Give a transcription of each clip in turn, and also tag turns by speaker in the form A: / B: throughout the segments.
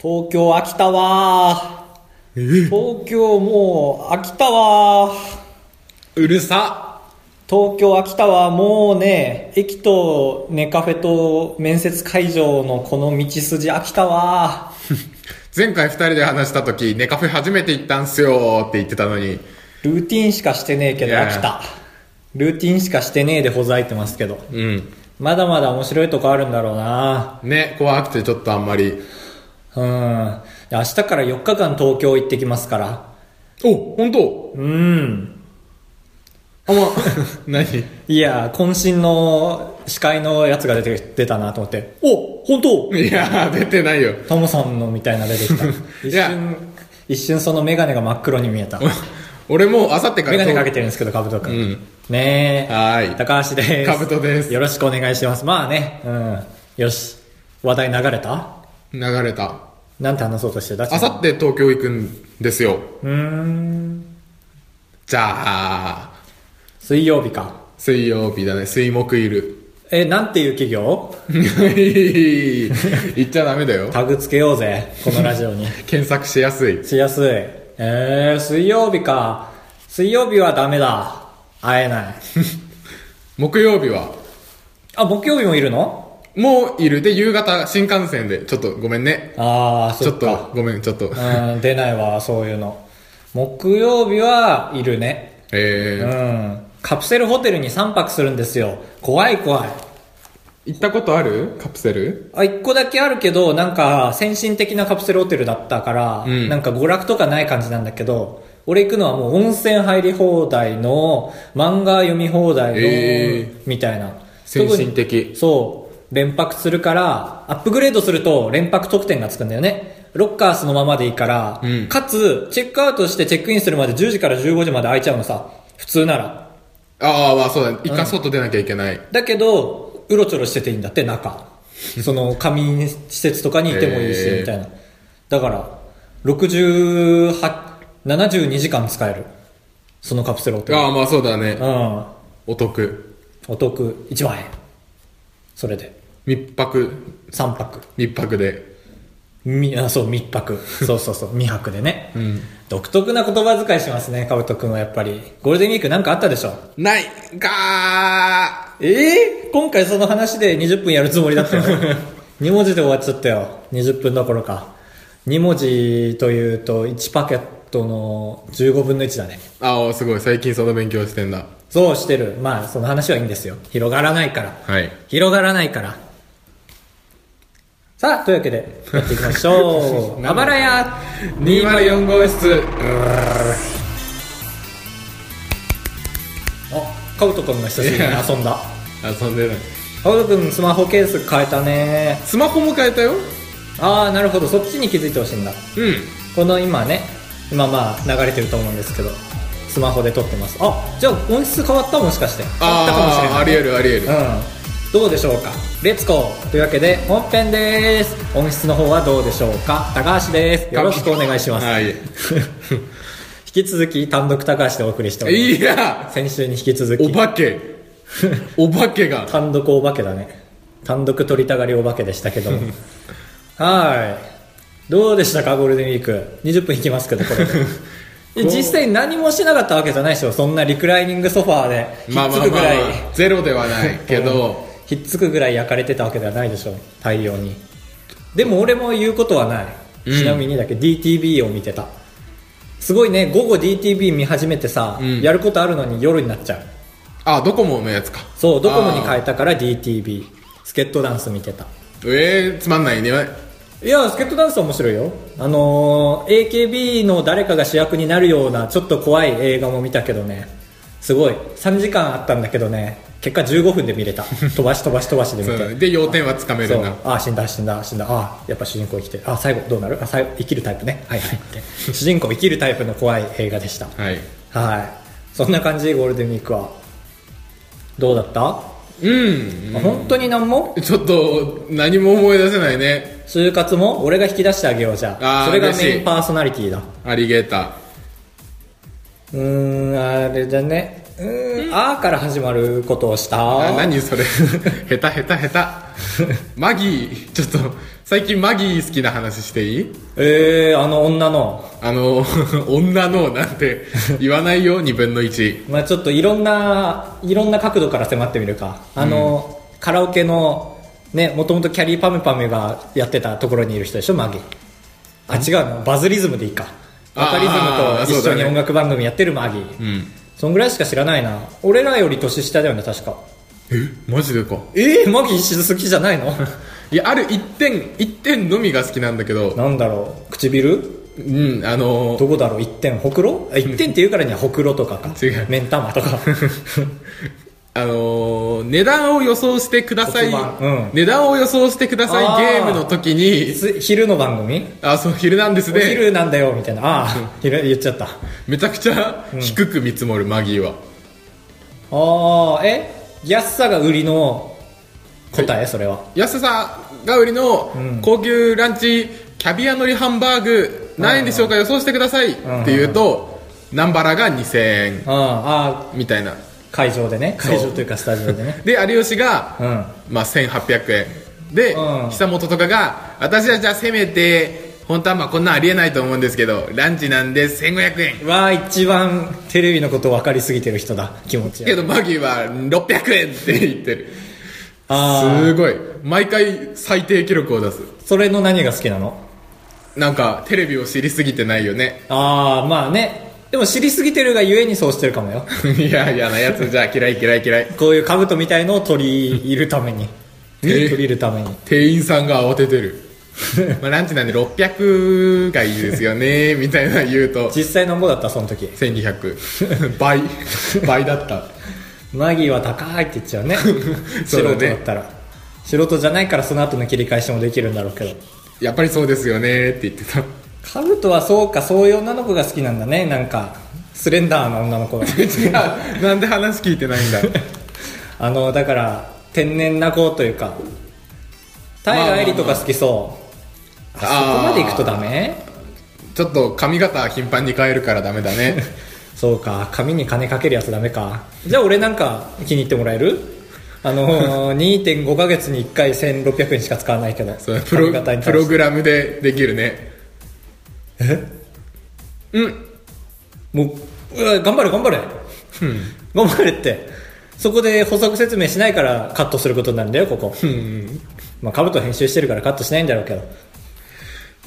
A: 東京飽きたわー。東京もう飽きたわー。
B: うるさ
A: 東京飽きたわー。もうね、駅とネカフェと面接会場のこの道筋飽きたわー。
B: 前回二人で話した時、ネカフェ初めて行ったんすよって言ってたのに、
A: ルーティンしかしてねえけど
B: いや
A: 飽きた。ルーティンしかしてねえでほざいてますけど。
B: うん。
A: まだまだ面白いとこあるんだろうな
B: ね、怖くてちょっとあんまり。
A: うん。明日から4日間東京行ってきますから。
B: お、本当
A: うん。
B: あ、ま、 何
A: いや、渾身の司会のやつが出て、出たなと思って。お本当
B: いやー、出てないよ。
A: トモさんのみたいな出て きた。一
B: や
A: 瞬、一瞬そのメガネが真っ黒に見えた。
B: 俺もうあさってから。
A: メガネかけてるんですけど、かぶとくん。
B: うん
A: ねえ。
B: はーい
A: 高橋です。
B: 兜です
A: よろしくお願いします。まあね、うん。よし。話題流れた
B: 流れた。
A: なんて話そうとしてた
B: あさって東京行くんですよ。
A: うーん。
B: じゃあ、
A: 水曜日か。
B: 水曜日だね、水木いる。
A: え、なんていう企業
B: 言っちゃダメだよ。
A: タグつけようぜ、このラジオ に。
B: 検索しやすい。
A: しやすい。えー、水曜日か。水曜日はダメだ。会えない。
B: 木曜日は、
A: あ、木曜日もいるの
B: もういる。で、夕方、新幹線で、ちょっとごめんね。
A: ああ、
B: ち
A: そ
B: ょ
A: っ
B: っ
A: か。
B: と、ごめん、ちょっと。
A: うん、出ないわ、そういうの。木曜日はいるね。う
B: えー、
A: ん。カプセルホテルに3泊するんですよ。怖い怖い。
B: 行ったことあるカプセル
A: あ、1個だけあるけど、なんか、先進的なカプセルホテルだったから、
B: うん
A: なんか娯楽とかない感じなんだけど、俺行くのはもう温泉入り放題の、漫画読み放題の、
B: え
A: みたいな。
B: 先
A: 特に
B: 進的。
A: そう。連泊するから、アップグレードすると連泊特典がつくんだよね。ロッカーそのままでいいから、
B: うん
A: かつ、チェックアウトしてチェックインするまで10時から15時まで空いちゃうのさ。普通なら。
B: ああ、まあそうだね。一回外出なきゃいけない。
A: だけど、うろちょろしてていいんだって、中。その、仮眠施設とかにいてもいいし、
B: へー
A: みたいな。だから、68、72時間使える。そのカプセルホテル。
B: ああ、まあそうだね。
A: うん。
B: お得。
A: お得、1万円。それで、
B: 密泊、
A: 3泊。
B: 密泊で。
A: みあそう密泊そうそうそう 未泊でね、
B: ん
A: 独特な言葉遣いしますねかぶとくんはやっぱりゴールデンウィークなんかあったでしょ
B: ないか
A: ええ今回その話で20分やるつもりだったよ2文字で終わっちゃったよ20分どころか2文字というと1パケットの15分の1だね
B: ーああ、すごい。最近その勉強してんだ。
A: そうしてるまあその話はいいんですよ広がらないから
B: はい。
A: 広がらないからさあというわけでやっていきましょうあばらや
B: 204号室。
A: あカブト君が久しぶりに遊んだ
B: 遊んでない。
A: カブト君スマホケース変えたね
B: スマホも変えたよ。
A: ああなるほどそっちに気づいてほしいんだ
B: うん。
A: この今ね今まあ流れてると思うんですけどスマホで撮ってますあじゃあ音質変わったもしかして変わったかもしれ
B: ああ、
A: な
B: あ
A: い
B: りえるありえる。
A: うんどうでしょうかレッツゴーというわけで本編です音質の方はどうでしょうか高橋ですよろしくお願いします、
B: はい。
A: 引き続き単独高橋でお送りしております
B: いや
A: 先週に引き続き
B: お化け。 お化けが。
A: 単独お化けだね単独取りたがりお化けでしたけ どもはいどうでしたかゴールデンウィーク20分いき ますけどこれでいや実際何もしなかったわけじゃないでしょそんなリクライニングソファーでひ
B: まあ
A: っ
B: ま
A: つ
B: あま
A: く
B: あ
A: ぐ
B: ま
A: らい、
B: あ、ゼロではないけど、
A: ひっつくぐらい焼かれてたわけではないでしょ太陽にでも俺も言うことはない、
B: うん
A: ちなみにだけど DTV を見てたすごいね午後 DTV 見始めてさ、
B: うん
A: やることあるのに夜になっちゃう
B: あ、ドコモのやつか。
A: そうドコモに変えたから DTV スケットダンス見てた
B: ええつまんないね。
A: いやスケットダンス面白いよあのー AKB の誰かが主役になるようなちょっと怖い映画も見たけどねすごい3時間あったんだけどね結果15分で見れ た飛ばし飛ばし飛ばしで見
B: そう
A: て
B: だねで、要点はつかめ
A: そ
B: る
A: う
B: な。
A: あ死んだ死んだ死んだあやっぱ主人公生きてるあ最後どうなるあ最後生きるタイプねはい はいって主人公生きるタイプの怖い映画でした
B: はい。
A: はいそんな感じゴールデンウィークはどうだった、
B: うん。
A: 本当に何も
B: ちょっと、何も思い出せないね。
A: 就活も俺が引き出してあげようじゃあ
B: あー
A: それが
B: 嬉しい
A: メインパーソナリティだ
B: アリゲーター。
A: うーんあれだねうーん、あーから始まることをした。
B: あ何それ 下手下手下 手マギーちょっと最近マギー好きな話していい
A: えー、あの女の。
B: あの 女のなんて言わないよ2分の1
A: まあちょっといろんな、いろんな角度から迫ってみるか。あの、カラオケの、ね、もともとキャリーパムパムがやってたところにいる人でしょ、マギ。あ、違うの。バズリズムでいいか。
B: あ
A: バ
B: ー
A: カリズムと一緒に音楽番組やってるマギ。
B: うん
A: そんぐらいしか知らないな。俺らより年下だよね、確か。
B: えマジでか
A: えー、マギ一好きじゃない の
B: いやある1点1点のみが好きなんだけど
A: なんだろう。唇
B: うんあの
A: どこだろう一点ほくろあ一点っていうからにはほくろとかか
B: 違う
A: 目ん玉とか
B: あのー値段を予想してください、
A: 黒板うん
B: 値段を予想してくだ
A: あ
B: さ
A: ー
B: いゲームの時に
A: す昼の番組
B: あそう「ヒルナンデス
A: お
B: で」
A: 昼なんだよみたいなああ昼言っちゃった
B: めちゃくちゃ低く見積もるマギーは、
A: ああえ安さが売りの答えそれは
B: 安さが売りの高級ランチキャビアのりハンバーグ何円でしょうか予想してくださいって言うとナンバラが2000円
A: ああああ
B: みたいな
A: 会場でね
B: う
A: 会場というかスタジオでね
B: で有吉が、
A: うん
B: まあ、1800円で、
A: うん
B: 久本とかが私はじゃあせめて本当はまあこんなんありえないと思うんですけどランチなんで1500円
A: うわ一番テレビのこと分かりすぎてる人だ気持ち
B: け
A: や
B: どマギーは600円って言ってる
A: あ
B: すごい毎回最低記録を出す
A: あそれの何が好きなの
B: なんかテレビを知りすぎてないよね
A: ああまあねでも知りすぎてるがゆえにそうしてるかもよ
B: いや嫌なやつじゃあ嫌い嫌い嫌い
A: こういう兜みたいのを取り入るために取り入れるために
B: 店員さんが慌ててる まあランチなんで600がいいですよねみたいな言うと
A: 実際何ぼだったその時
B: 1200倍倍だった
A: マギーは高いって言っちゃうね素
B: そうだね
A: 人だったら素人じゃないからその後の切り返しもできるんだろうけど
B: やっぱりそうですよねって言ってた
A: カブトはそうかそういう女の子が好きなんだねなんかスレンダーな女の子 が
B: 違うなんで話聞いてな いんだ
A: あのだから天然な子というか平愛梨とか好きそう、
B: まあまあまあ
A: あそこまで行くとダメ
B: ちょっと髪型頻繁に変えるからダメだね
A: そうか紙に金かけるやつダメかじゃあ俺なんか気に入ってもらえるあ のー、2.5ヶ月に1回1600円しか使わないけど
B: それプロ
A: 髪型に
B: プ
A: 対して
B: ログラムでできるねえうん
A: もううわ頑張れ頑張れ頑張れってそこで補足説明しないからカットすることになるんだよここ
B: うん
A: まあカブト編集してるからカットしないんだろうけど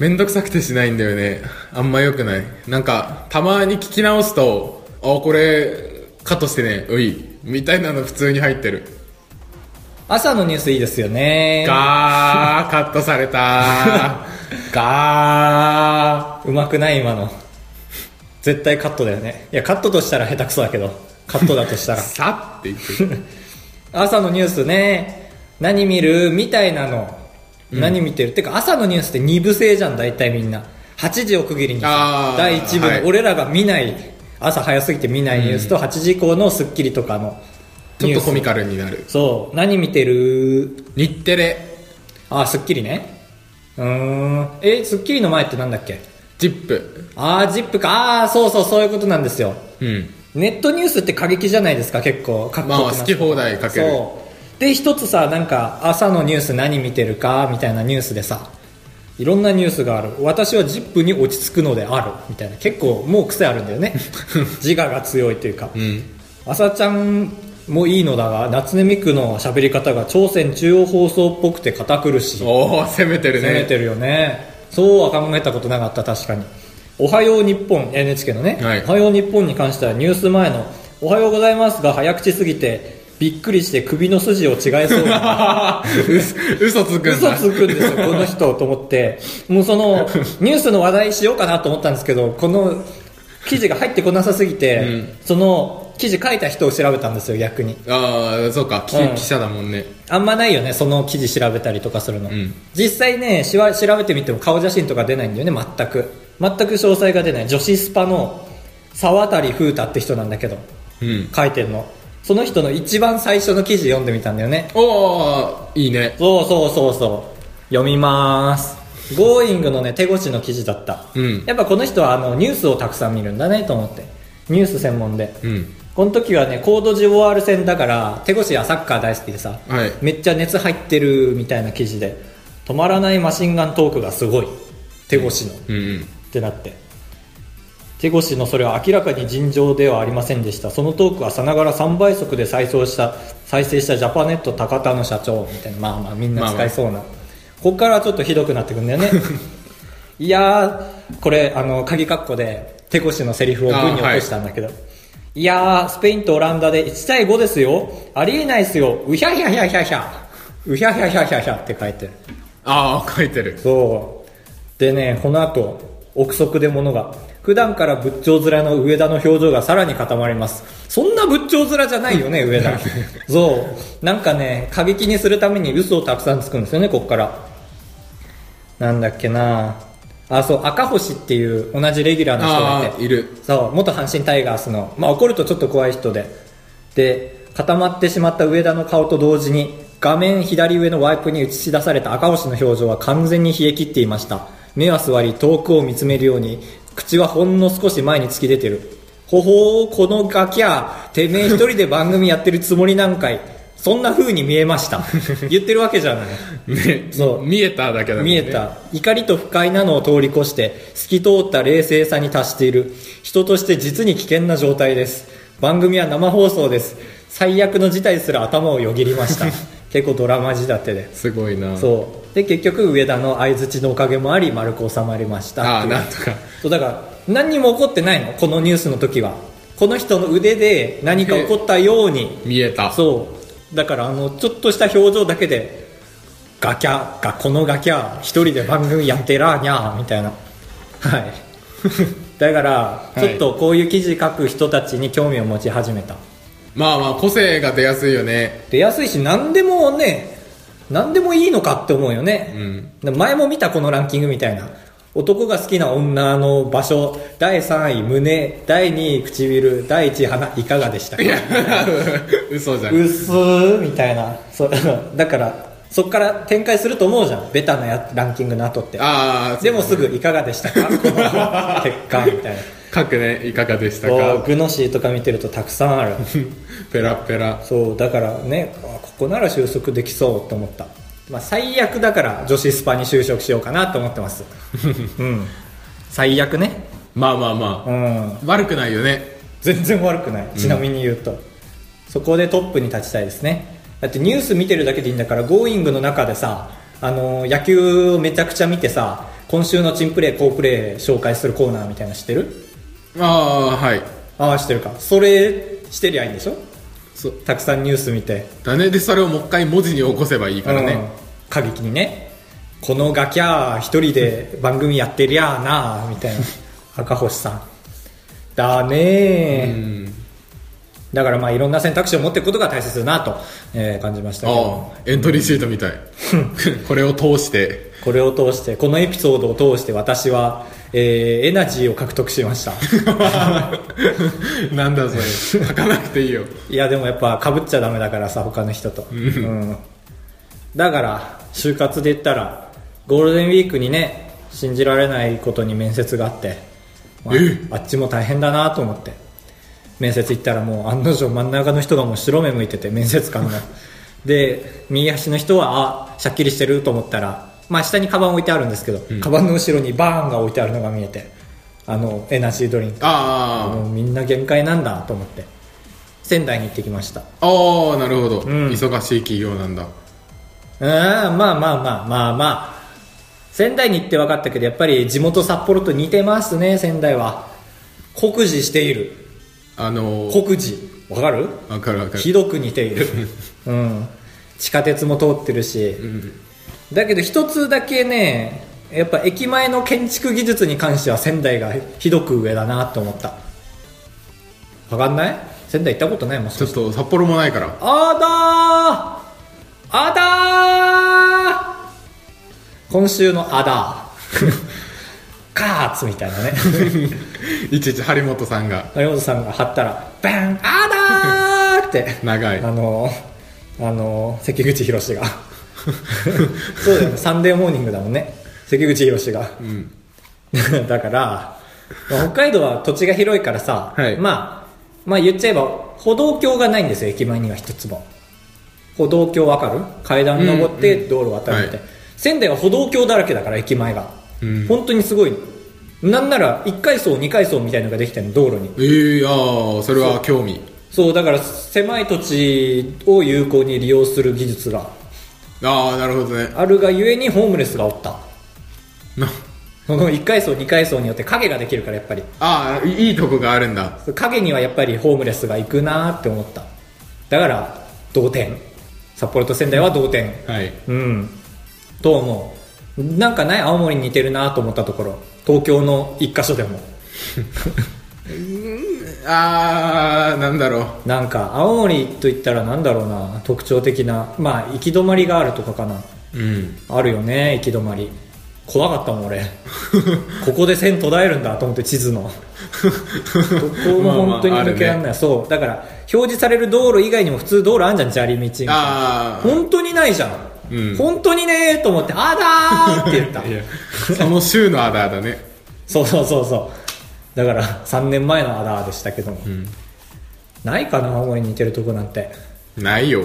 B: めんどくさくてしないんだよねあんま良くないなんかたまに聞き直すとあこれカットしてねういみたいなの普通に入ってる
A: 朝のニュースいいですよね
B: ガーカットされ たガー
A: うまくない今の絶対カットだよねいやカットとしたら下手くそだけどカットだとしたら
B: さって言っ てる
A: 朝のニュースね何見るみたいなの、何見てるってか朝のニュースって2部制じゃん大体みんな8時を区切りに
B: あ
A: さ
B: ー
A: 第1部の、
B: はい
A: 俺らが見ない朝早すぎて見ないニュースと、8時以降の『スッキリ』とかの
B: ちょっと
A: ニュース
B: コミカルになる
A: そう何見てる
B: 日テレ
A: あスッキリねうーんえスッキリの前ってなんだっけ
B: ジップ
A: あージップかあーそうそうそういうことなんですよ
B: うん
A: ネットニュースって過激じゃないですか結構各国の
B: まあ好き放題かける
A: そうで一つさなんか朝のニュース何見てるかみたいなニュースでさいろんなニュースがある私はジップに落ち着くのであるみたいな結構もう癖あるんだよ ね自我が強いというか、
B: うん
A: 朝ちゃんもいいのだが夏音ミクの喋り方が朝鮮中央放送っぽくて堅苦しい
B: おお攻めてるね
A: 攻めてるよねそうは考えたことなかった確かに「おはよう日本 NHK のね、
B: はい
A: おはよう日本に関してはニュース前の「おはようございます」が早口すぎてびっくりして首の筋を違えそう
B: 嘘つくんだ
A: 嘘つくんですよこの人と思ってもうそのニュースの話題しようかなと思ったんですけどこの記事が入ってこなさすぎて、
B: うん
A: その記事書いた人を調べたんですよ逆に
B: ああそうか記,、
A: うん
B: 記者だもんね
A: あんまないよねその記事調べたりとかするの、
B: うん
A: 実際ねしわ調べてみても顔写真とか出ないんだよね全く全く詳細が出ない女子スパの沢渡風太って人なんだけど
B: うん
A: 書いてんのその人の一番最初の記事読んでみたんだよね
B: おおいいね
A: そうそうそうそう読みまーす Going のね手越しの記事だった、
B: うん
A: やっぱこの人はあのニュースをたくさん見るんだねと思ってニュース専門で
B: うん
A: この時はねコードジボワール戦だから手越やサッカー大好きでさ、
B: はい
A: めっちゃ熱入ってるみたいな記事で止まらないマシンガントークがすごい手越の、
B: うんうん
A: ってなって手越のそれは明らかに尋常ではありませんでしたそのトークはさながら3倍速で再生した再生したジャパネット高田の社長みたいなまあまあみんな使いそうな、ここからちょっとひどくなってくん だよねいやーこれあの鍵括弧で手越のセリフを文に起こしたんだけど、い、やースペインとオランダで1対5ですよありえないですようひゃひゃひゃひゃひゃうひゃひゃひゃひゃひゃって書いてる
B: ああ書いてる
A: そう。でね、この後、憶測で物が。普段から仏頂面の上田の表情がさらに固まります。そんな仏頂面じゃないよね、上田。そう。なんかね、過激にするために嘘をたくさんつくんですよね、こっから。なんだっけなあ、そう、赤星っていう同じレギュラーの人がい
B: あ
A: て
B: あ。いる
A: そう元阪神タイガースの、まあ、怒るとちょっと怖い人でで固まってしまった上田の顔と同時に画面左上のワイプに映し出された赤星の表情は完全に冷え切っていました目は座り遠くを見つめるように口はほんの少し前に突き出てるほほーこのガキャーてめえ一人で番組やってるつもりなんかいそんな風に見えました言ってるわけじゃない
B: ね
A: そう
B: 見えただけだもん
A: 見
B: ね
A: えた怒りと不快なのを通り越して透き通った冷静さに達している人として実に危険な状態です番組は生放送です最悪の事態すら頭をよぎりました 結構ドラマ仕立てです
B: ごいな
A: そうで結局上田の相槌のおかげもあり丸く収まりました
B: ああなんとか
A: そうだから何にも起こってないのこのニュースの時はこの人の腕で何か起こったように
B: 見えた
A: そうだからあのちょっとした表情だけでガキャがこのガキャ一人で番組やってらーにゃーみたいなはい だから
B: い
A: ちょっとこういう記事書く人たちに興味を持ち始めた
B: まあまあ個性が出やすい よね
A: 出やすいし何でもね何でもいいのかって思うよ
B: う
A: ね、
B: ん
A: 前も見たこのランキングみたいな男が好きな女の場所第3位胸第2位唇第1位鼻いかがでしたか
B: いや嘘じゃん
A: うっすーみたいなそうだからそっから展開すると思うじゃんベタなやランキングの後って
B: ああ
A: でもすぐいかがでした かこの結果みたいな
B: 書くねいかがでした
A: そう
B: か
A: グノシーとか見てるとたくさんある
B: ペラペラ
A: そうだからねあここなら就職できそうと思った、まあ、最悪だから女子スパに就職しようかなと思ってます うん最悪ね
B: まあまあま
A: う
B: あ
A: ん
B: 悪くないよね
A: 全然悪くないちなみに言うと、そこでトップに立ちたいですねだってニュース見てるだけでいいんだから「Going」の中でさ、あのー野球をめちゃくちゃ見てさ今週のチンプレー好プレー紹介するコーナーみたいなの知ってる
B: ああはい
A: ああ知ってるかそれしてりゃいいんでしょ
B: そう
A: たくさんニュース見て
B: だねでそれをもう一回文字に起こせばいいから
A: うん
B: ね、
A: 過激にねこのガキャー一人で番組やってりゃあなあみた いな赤星さんだね
B: う
A: ー
B: ん
A: だからまあいろんな選択肢を持っていくことが大切だなと、えー感じましたけど
B: ああエントリーシートみたいこれを通して
A: これを通してこのエピソードを通して私は、えーエナジーを獲得しま した
B: なんだそれ書かなくていいよ
A: いやでもやっぱかぶっちゃダメだからさ他の人と、うんだから就活で言ったらゴールデンウィークにね信じられないことに面接があって、まあ
B: え
A: あっちも大変だなと思って面接行ったらもう案の定真ん中の人がもう白目向いてて面接官の で右端の人はあしゃっきりしてると思ったら、まあ、下にカバン置いてあるんですけど、カバンの後ろにバーンが置いてあるのが見えてあのエナジードリンク
B: あ
A: もうみんな限界なんだと思って仙台に行ってきました
B: あああなるほど、
A: ん
B: 忙しい企業なんだ
A: うんまあまあまあまあまあ仙台に行って分かったけどやっぱり地元札幌と似てますね仙台は酷似している
B: あのー、
A: 酷似わかる
B: わかるわか
A: ひ
B: る
A: どく似てい る、うん、地下鉄も通ってるし、だけど一つだけねやっぱ駅前の建築技術に関しては仙台がひどく上だなと思った分かんない仙台行ったことないもん
B: ちょっと札幌もない から
A: あだーあだー今週のあだー カーツみたいなね
B: いちいち張本さんが
A: 有本さんが貼ったらバンあだーって
B: 長い
A: あのあの関口宏がそうだよねサンデーモーニングだもんね関口宏が
B: うん、
A: だから、まあ北海道は土地が広いからさ、
B: はい
A: まあ、まあ言っちゃえば歩道橋がないんですよ駅前には一つも歩道橋わかる階段登って道路渡るみたい、
B: はい
A: 仙台は歩道橋だらけだから駅前が、
B: うん
A: 本当にすごいのなんなら1階層2階層みたいのができてるの道路に
B: ええああそれは興味
A: そうだから狭い土地を有効に利用する技術が
B: ああなるほどね
A: あるがゆえにホームレスがおった
B: な
A: その1階層2階層によって影ができるからやっぱり
B: ああいいとこがあるんだ
A: 影にはやっぱりホームレスが行くなーって思っただから同点札幌と仙台は同点
B: はい
A: うんと思うなんかない青森に似てるなと思ったところ東京の一箇所でも
B: ああなんだろう
A: なんか青森といったらなんだろうな特徴的なまあ行き止まりがあるとかかな
B: うん
A: あるよね行き止まり怖かったもん俺 ここで線途絶えるんだと思って地図のここも本当に
B: まあまあある
A: 抜
B: ね
A: けられない、そうだから表示される道路以外にも普通道路あんじゃん砂利道が
B: ああ
A: 本当にないじゃん、
B: うん
A: 本当にねーと思って「あだー!」って言った
B: いやその週のアダーだね
A: そうそうそうそうだから3年前のアダーでしたけども、
B: ん
A: ないかな青森に似てるとこなんて
B: ないよ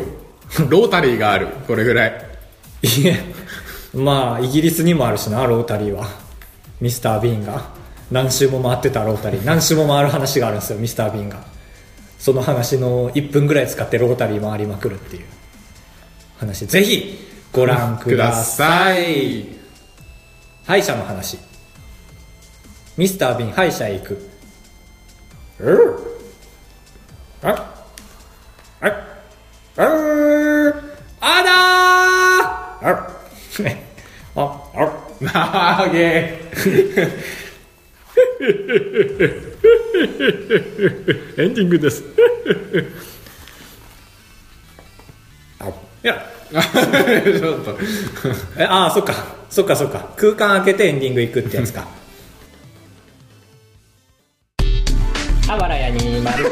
B: ロータリーがあるこれぐらい
A: いえまあイギリスにもあるしなロータリーはミスター・ビーンが何周も回ってたロータリー何周も回る話があるんですよミスター・ビーンがその話の1分ぐらい使ってロータリー回りまくるっていう話ぜひご覧く
B: く
A: だ
B: だ
A: さい
B: さい
A: 歯医者の話ミスター・ビン歯医者へ行くうんああああだーあ ああ
B: なーげ
A: エンディングですあいや
B: ーちょっと
A: えああそっかそっかそっか空間開けてエンディング行くってや つかあわらやに まる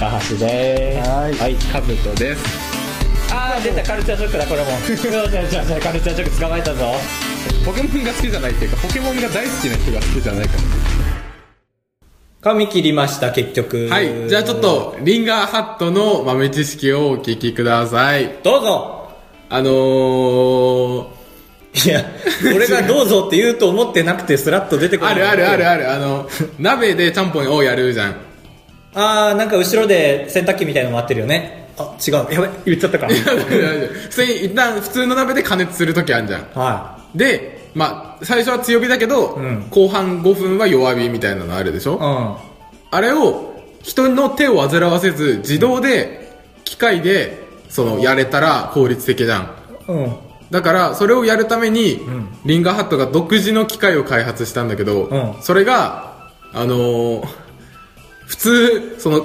A: 高橋でーす
B: はいはいカブトです
A: ああ出たカルチャーショックだこれもそうそうそうそうカルチャーショック捕まえたぞ
B: ポケモンが好きじゃないっていうかポケモンが大好きな人が好きじゃないか
A: 髪切りました結局
B: らはいじゃあちょっとリンガーハットの豆知識をお聞きください
A: どうぞ
B: あのー、
A: いや俺がどうぞって言うと思ってなくてスラッと出てこな
B: あ
A: い
B: るあるあるあるあの鍋でちゃんぽんをやるじゃん
A: ああなんか後ろで洗濯機みたいの回ってるよねあ違うやべ言っちゃったか
B: 普通に一旦普通の鍋で加熱するときあるじゃん
A: は
B: で、まあ、最初は強火だけど、
A: ん
B: 後半5分は弱火みたいなのあるでしょ、
A: いうん
B: あれを人の手を煩わせず自動で機械でそのやれたら効率的じゃん
A: うん。
B: だからそれをやるために、
A: ん
B: リンガーハットが独自の機械を開発したんだけど、
A: うん
B: それがあのー普通その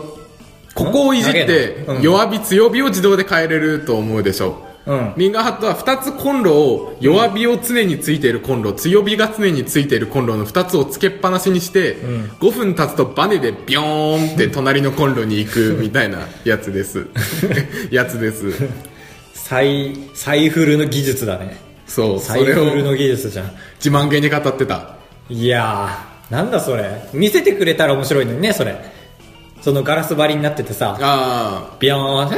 B: ここをいじっ
A: 長
B: て
A: いなうん
B: 弱火強火を自動で変えれると思うでしょ
A: うん。
B: リンガーハットは2つコンロを弱火を常についているコンロ、強火が常についているコンロの2つをつけっぱなしにして、
A: ん
B: 5分経つとバネでビョーンって隣のコンロに行くみたいなや つです。やつです。
A: 再、再フルの技術だね。
B: そう、そ
A: 再フ
B: れ
A: ル
B: を
A: の技術じゃん。
B: 自慢げに語ってた。
A: いやー、なんだそれ。見せてくれたら面白いのにね、それ。そのガラス張りになっててさ、
B: あ
A: ビヨーン、あ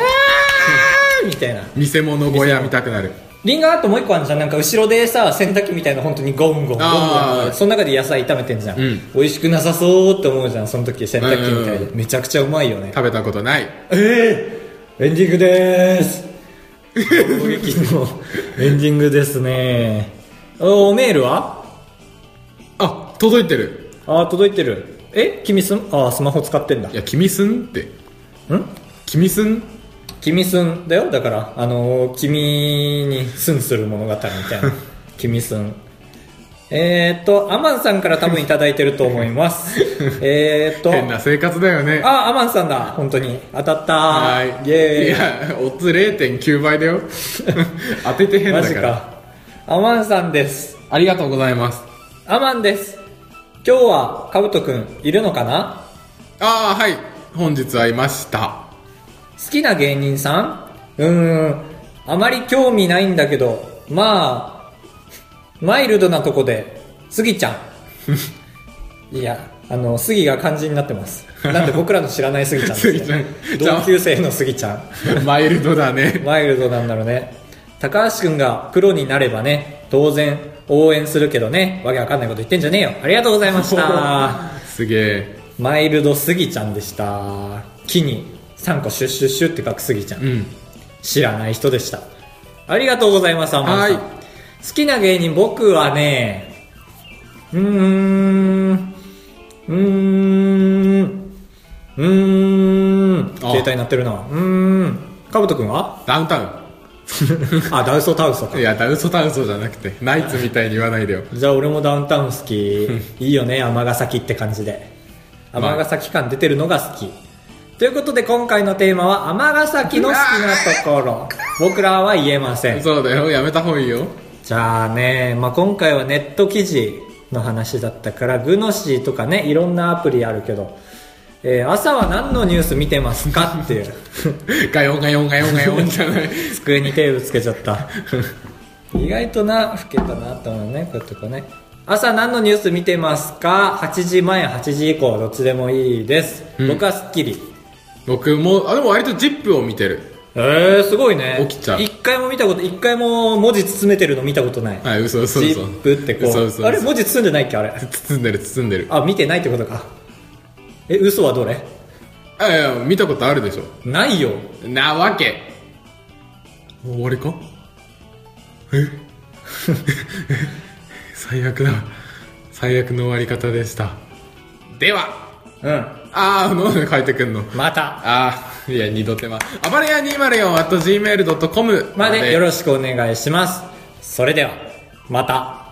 A: ーみたいな。
B: ー、見せ物小屋見たくなる。
A: リンガーハットもう一個あるじゃん。なんか後ろでさ、洗濯機みたいな本当にゴンゴン、ゴンゴン
B: あー
A: ゴン。その中で野菜炒めてんじゃん。
B: うん
A: 美味しくなさそうって思うじゃん、その時洗濯機みたい
B: うん
A: で。めちゃくちゃうまいよね。
B: 食べたことない。
A: ええエンディングでーす攻撃のエンディングですねおメールは
B: あ、届いてる。
A: あー届いてるえ君すんあースマホ使ってんだん
B: いや、君すんって。君すん
A: 君すんだよだからあのー君にすんする物語みたい な君すんえー、っとアマンさんから多分いただいてると思います えーっと
B: 変な生活だよね。
A: あーアマンさんだ本当に当たったー
B: はい。
A: イエーイ
B: いや、オッズ0.9倍 だよ。当てて変
A: マ
B: だ
A: ジ
B: から。
A: かアマンさんです
B: ありがとうございます。
A: アマンです。今日はカブトくんいるのかな
B: ああ、はい。本日会い ました。
A: 好きな芸人さんうーん、あまり興味ないんだけど、まあ、マイルドなとこで、スギちゃん。 いやあの杉が漢字になってますなんで僕らの知らない杉ちゃんです、ね、
B: 杉ち ゃん
A: 同級生の杉ちゃん
B: マイルドだね
A: ワイルドなんだろうね高橋君がプロになればね当然応援するけどねわけわかんないこと言ってんじゃねえよありがとうございました
B: すげえ
A: マイルドスギちゃんでした木に3個シュッシュッシュッって書くスギちゃん、
B: うん
A: 知らない人でしたありがとうございますアマンさん
B: はい
A: 好きな芸人僕はねうーんうーんうーん
B: あ
A: 携帯鳴ってるなうーんかぶとくん は
B: ダウンタウ
A: あダウソタウソか
B: ンいやダウソタウソじゃなくてナイツみたいに言わないでよ
A: じゃあ俺もダウンタウン好きいいよね尼崎って感じで
B: まあ
A: 尼崎感出てるのが好き、ということで今回のテーマは尼崎の好きなところ僕らは言えません
B: そうだよやめた方がいいよ
A: じゃあね、まあ、今回はネット記事の話だったからグノシーとかねいろんなアプリあるけど、えー朝は何のニュース見てますかっていう
B: ガヨンガヨンガヨンガヨンじゃない
A: 机にテープつけちゃった意外とな老けたなと思うねこういうとこね朝何のニュース見てますか8時前8時以降どっちでもいいです、
B: うん
A: 僕はスッキリ
B: 僕もあでも割とジップを見てる
A: えー、すごいね
B: 起きちゃう
A: 一回も見たこと一回も文字包めてるの見たことない、
B: はい嘘嘘嘘
A: ジップってこう
B: 嘘嘘嘘
A: あれ文字包んでないっけあれ
B: 包んでる包んでる
A: あ、見てないってことか。え、嘘はどれ
B: あいや見たことあるでし
A: ないよ。
B: ょなわけ終わりかえ 最悪だ最悪の終わり方でしたでは
A: うん。
B: ああなんで帰ってくんの
A: また。
B: ああいや二度手間暴れ屋 204at gmail.com
A: までよろしくお願いします。それでは、また。